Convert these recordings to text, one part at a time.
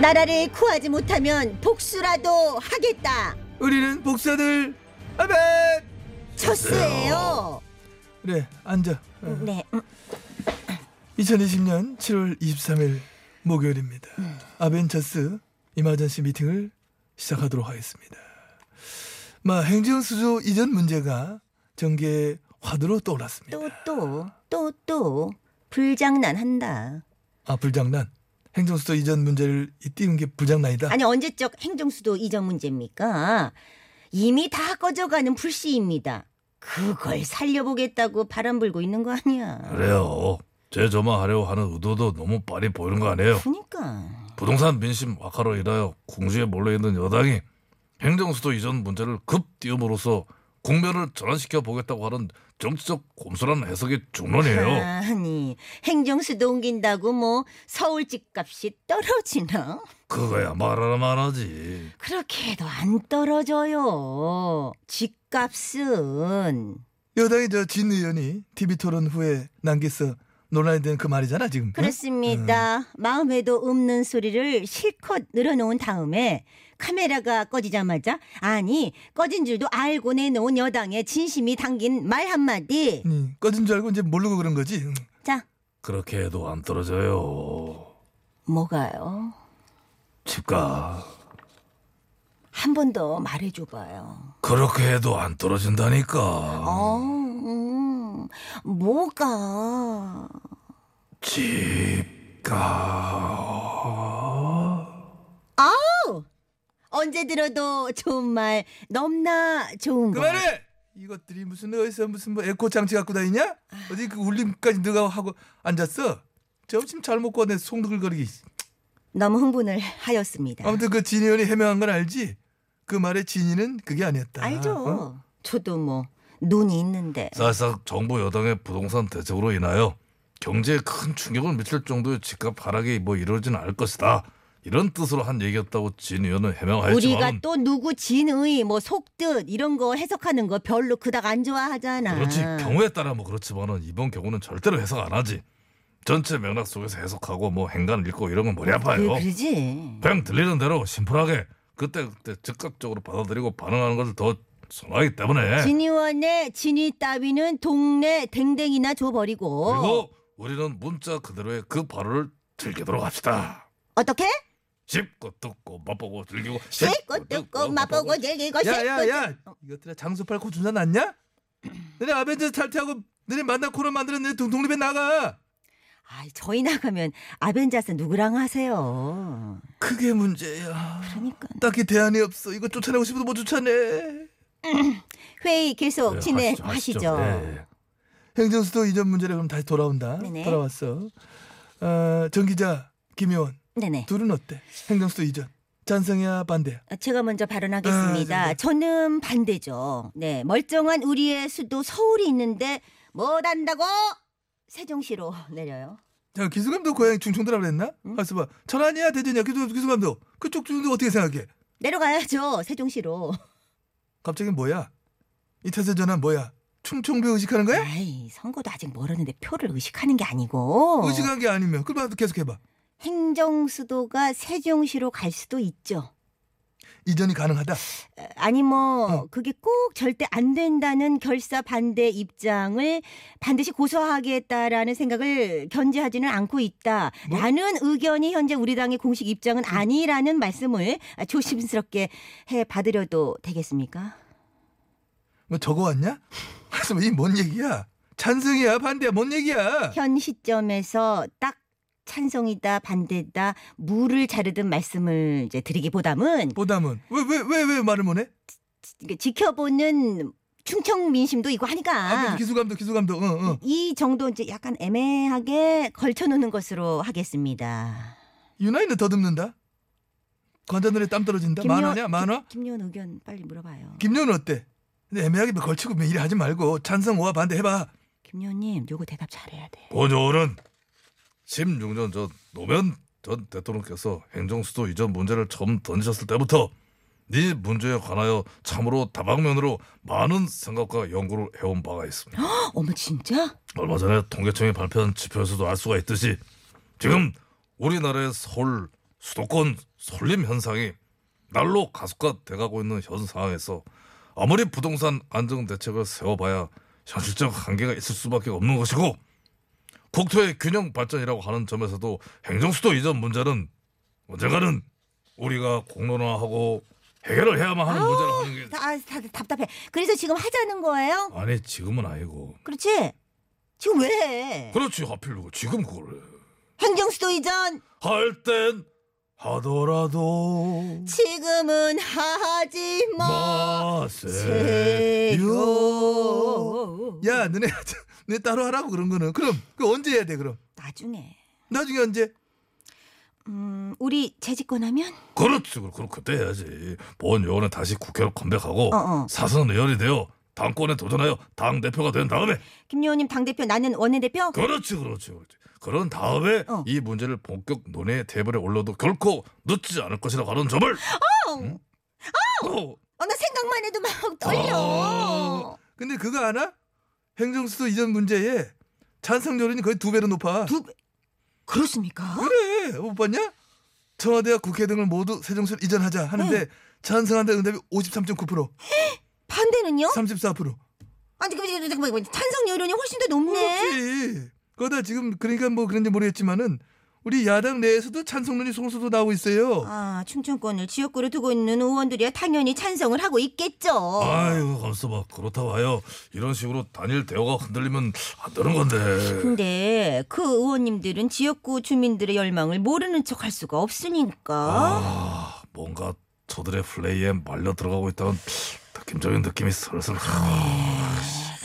나라를 구하지 못하면 복수라도 하겠다. 우리는 복사들 아멘. 첫수예요. 그래 앉아. 어. 네. 2020년 7월 23일 목요일입니다. 음. 아벤처스 이마전시 미팅을 시작하도록 하겠습니다. 마 행정 수조 이전 문제가 전개의 화두로 떠올랐습니다. 또또 또 또 불장난한다. 아 불장난. 행정 수조 이전 문제를 이 띄운 게 불장난이다. 아니 언제적 행정수도 이전 문제입니까? 이미 다 꺼져가는 불씨입니다. 그걸 살려보겠다고 바람 불고 있는 거 아니야. 그래요. 재점화하려고 하는 의도도 너무 빨리 보이는 거 아니에요? 그러니까 부동산 민심 악화로 인하여 궁지에 몰려 있는 여당이 행정수도 이전 문제를 급 띄움으로써 국면을 전환시켜 보겠다고 하는 정치적 곰수라는 해석의 네. 중론이에요. 아니 행정수도 옮긴다고 뭐 서울 집값이 떨어지나? 그거야 말하라 말하지. 그렇게 해도 안 떨어져요. 집값은 여당의 저진 의원이 TV 토론 후에 남겨서 논란이 된 그 말이잖아 지금. 응? 그렇습니다. 마음에도 없는 소리를 실컷 늘어놓은 다음에 카메라가 꺼지자마자 아니 꺼진 줄도 알고 내놓은 여당의 진심이 담긴 말 한마디. 응, 꺼진 줄 알고 이제 모르고 그런 거지. 응. 자 그렇게 해도 안 떨어져요. 뭐가요? 집값. 한 번 더 말해줘봐요. 그렇게 해도 안 떨어진다니까. 어, 음, 뭐가? 집값. 언제 들어도 좋은 말 넘나 좋은 거. 그만해! 이것들이 무슨 어디서 무슨 뭐 에코 장치 갖고 다니냐? 어디 그 울림까지 너가 하고 앉았어? 점심 잘 먹고 내 송두글거리기. 너무 흥분을 하였습니다. 아무튼 그 진의원이 해명한 건 알지? 그 말의 진의는 그게 아니었다. 알죠. 어? 저도 뭐 눈이 있는데. 사실상 정부 여당의 부동산 대책으로 인하여 경제에 큰 충격을 미칠 정도의 집값 하락이 뭐 이루어지는 않을 것이다. 이런 뜻으로 한 얘기였다고 진 의원은 우리가 해명하였지만 또 누구 진의 뭐 속뜻 이런 거 해석하는 거 별로 그닥 안 좋아하잖아. 그렇지 경우에 따라 뭐 그렇지만은 이번 경우는 절대로 해석 안 하지. 전체 맥락 속에서 해석하고 뭐 행간을 읽고 이런 건 머리 아파요. 그, 그러지. 그냥 들리는 대로 심플하게 그때 그때 즉각적으로 받아들이고 반응하는 것을 더 선호하기 때문에 진의원의 진의 따위는 동네 댕댕이나 줘버리고 그리고 우리는 문자 그대로의 그 발언을 즐기도록 합시다. 어떻게? 씹고 뜯고 맛보고 즐기고 씹고 뜯고 맛보고 즐기고 씹고 야야야! 어. 이것들아 장소팔 고준자 났냐? 너네 아벤져스 탈퇴하고 너네 만나 코너 만드는 너네 동- 독립에 나가! 아, 저희 나가면 아벤자스 누구랑 하세요? 그게 문제야. 그러니까 딱히 대안이 없어. 이거 쫓아내고 싶어도 못 쫓아내. 회의 계속 네, 진행하시죠. 네. 행정수도 이전 문제를 그럼 다시 돌아온다. 네네. 돌아왔어. 어, 정 기자, 김효원 네네. 둘은 어때? 행정수도 이전 찬성이야 반대야? 아, 제가 먼저 발언하겠습니다. 아, 네, 네. 저는 반대죠. 네, 멀쩡한 우리의 수도 서울이 있는데 뭘 한다고 세종시로 내려요. 자, 기수감독 고향이 충청도라 그랬나? 가서 봐. 천안이야 대전이야 기수, 기수감독 그쪽 중도 어떻게 생각해? 내려가야죠, 세종시로. 갑자기 뭐야? 이 태세 전환 뭐야? 충청도 의식하는 거야? 아이, 선거도 아직 멀었는데 표를 의식하는 게 아니고 의식한 게 아니면 그럼 계속 해봐. 행정 수도가 세종시로 갈 수도 있죠. 이전이 가능하다. 에, 아니 뭐 어. 그게 꼭 절대 안 된다는 결사 반대 입장을 반드시 고소하겠다라는 생각을 견제하지는 않고 뭐? 있다라는 의견이 현재 우리 당의 공식 입장은 아니라는 말씀을 조심스럽게 해 받으려도 되겠습니까? 뭐 적어 왔냐? 가서 뭐 이뭔 얘기야? 찬성이야 반대야 뭔 얘기야? 현 시점에서 딱 찬성이다 반대다 물을 자르든 말씀을 이제 드리기보다는 보담은 왜 왜 왜 왜 말을 못해? 지- 지켜보는 충청 민심도 이거 하니까 아, 기수감독 기수감독. 어. 응, 응. 이 정도 이제 약간 애매하게 걸쳐놓는 것으로 하겠습니다. 유나이는 더듬는다. 관자놀이 땀 떨어진다. 김요- 만화냐 만화? 김요원 의견 빨리 물어봐요. 김연은 어때? 근데 애매하게 뭐 걸치고 뭐 일하지 말고 찬성 오와 반대 해봐. 김요원님 요거 대답 잘해야 돼. 본요는 16년 전 노무현 전 대통령께서 행정수도 이전 문제를 처음 던지셨을 때부터 이 문제에 관하여 참으로 다방면으로 많은 생각과 연구를 해온 바가 있습니다. 헉, 어머 진짜? 아, 얼마 전에 통계청이 발표한 지표에서도 알 수가 있듯이 지금 우리나라의 서울 수도권 설림 현상이 날로 가속화돼가고 있는 현 상황에서 아무리 부동산 안정 대책을 세워봐야 현실적 한계가 있을 수밖에 없는 것이고 국토의 균형 발전이라고 하는 점에서도 행정수도 이전 문제는 언젠가는 우리가 공론화하고 해결을 해야만 하는 문제를 하는 게 다, 아, 다- 답답해. 그래서 지금 하자는 거예요? 아니 지금은 아니고 그렇지? 지금 왜 해? 그렇지 하필 누가 지금 그걸 해. 행정수도 이전 할 땐 하더라도 지금은 하지 마. 네. 마세요. 야 너네 너네 따로 하라고 그런 거는 그럼 그 언제 해야 돼 그럼? 나중에 나중에 언제? 음, 우리 재집권하면 그렇지, 그럼 그럼 그때 해야지. 본 의원은 다시 국회로 컴백하고 어, 어. 사선 의원이 되어 당권에 도전하여 당 대표가 된 다음에 김요원님 당 대표 나는 원내 대표. 그렇지, 그렇지, 그렇지. 그런 다음에 어. 이 문제를 본격 논의 테이블에 올려도 결코 늦지 않을 것이라고 하는 점을. 응? 어. 어, 나 생각만 해도 막 아. 어. 떨려. 근데 그거 아나? 행정수도 이전 문제에 찬성 여론이 거의 두 배로 높아. 두 배. 그렇습니까? 그래 못 봤냐? 청와대와 국회 등을 모두 세종시로 이전하자 하는데 찬성한다 응답이 53.9% 어? 반대는요? 34% 아니 그 잠깐만, 잠깐만 찬성 여론이 훨씬 더 높네. 그렇지 그러다 지금 그러니까 뭐 그런지 모르겠지만은 우리 야당 내에서도 찬성론이 소소도 나오고 있어요 아 충청권을 지역구로 두고 있는 의원들이야 당연히 찬성을 하고 있겠죠. 아유, 감사봐. 그렇다고 하여 이런 식으로 단일 대화가 흔들리면 안 되는 건데. 근데 그 의원님들은 지역구 주민들의 열망을 모르는 척 할 수가 없으니까. 아, 뭔가 저들의 플레이에 말려 들어가고 있다는 그 느낌적인 느낌이 슬슬. 아, 네.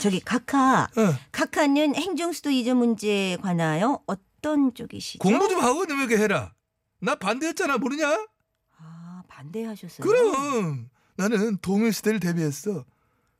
저기 각하, 어. 각하는 행정수도 이전 문제에 관하여 어떤 쪽이시죠? 공부 좀 하고 좀 이렇게 해라 나 반대했잖아 모르냐? 아 반대하셨어요. 그럼 나는 동일시대를 대비했어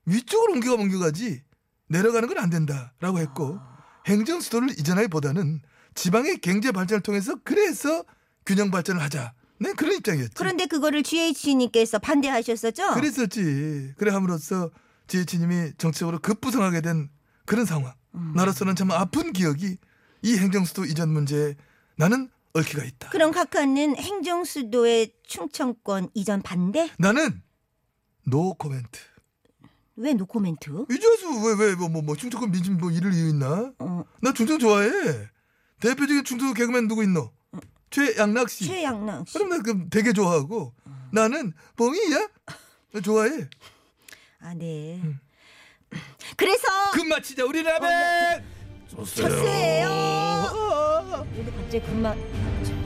위쪽으로 옮겨가 옮겨가지 내려가는 건 안 된다라고 했고 아. 행정 수도를 이전하기보다는 지방의 경제 발전을 통해서 그래서 균형 발전을 하자 난 그런 입장이었지 그런데 어. 그거를 GH님께서 반대하셨었죠? 그랬었지 그래 함으로써 지혜치님이 정치적으로 급부상하게 된 그런 상황 음. 나로서는 참 아픈 기억이 이 행정 수도 이전 문제에 나는 얽히가 있다 그럼 각하는 행정수도의 충청권 이전 반대? 나는 노 코멘트 왜 노코멘트? 이제수 왜왜뭐뭐 충청권 민심 뭐 이럴 이유 있나? 어, 나 충청 좋아해. 대표적인 충청 개그맨 누구 있노? 최양락 씨. 최양락 씨. 그럼 나 그럼 되게 좋아하고 나는 뻥이야. 나 좋아해. 아 네. 음. 그래서 금 마치자 우리 라벨. 좋세요. 어, 첫수예요. 오늘 갑자기 군마. 참.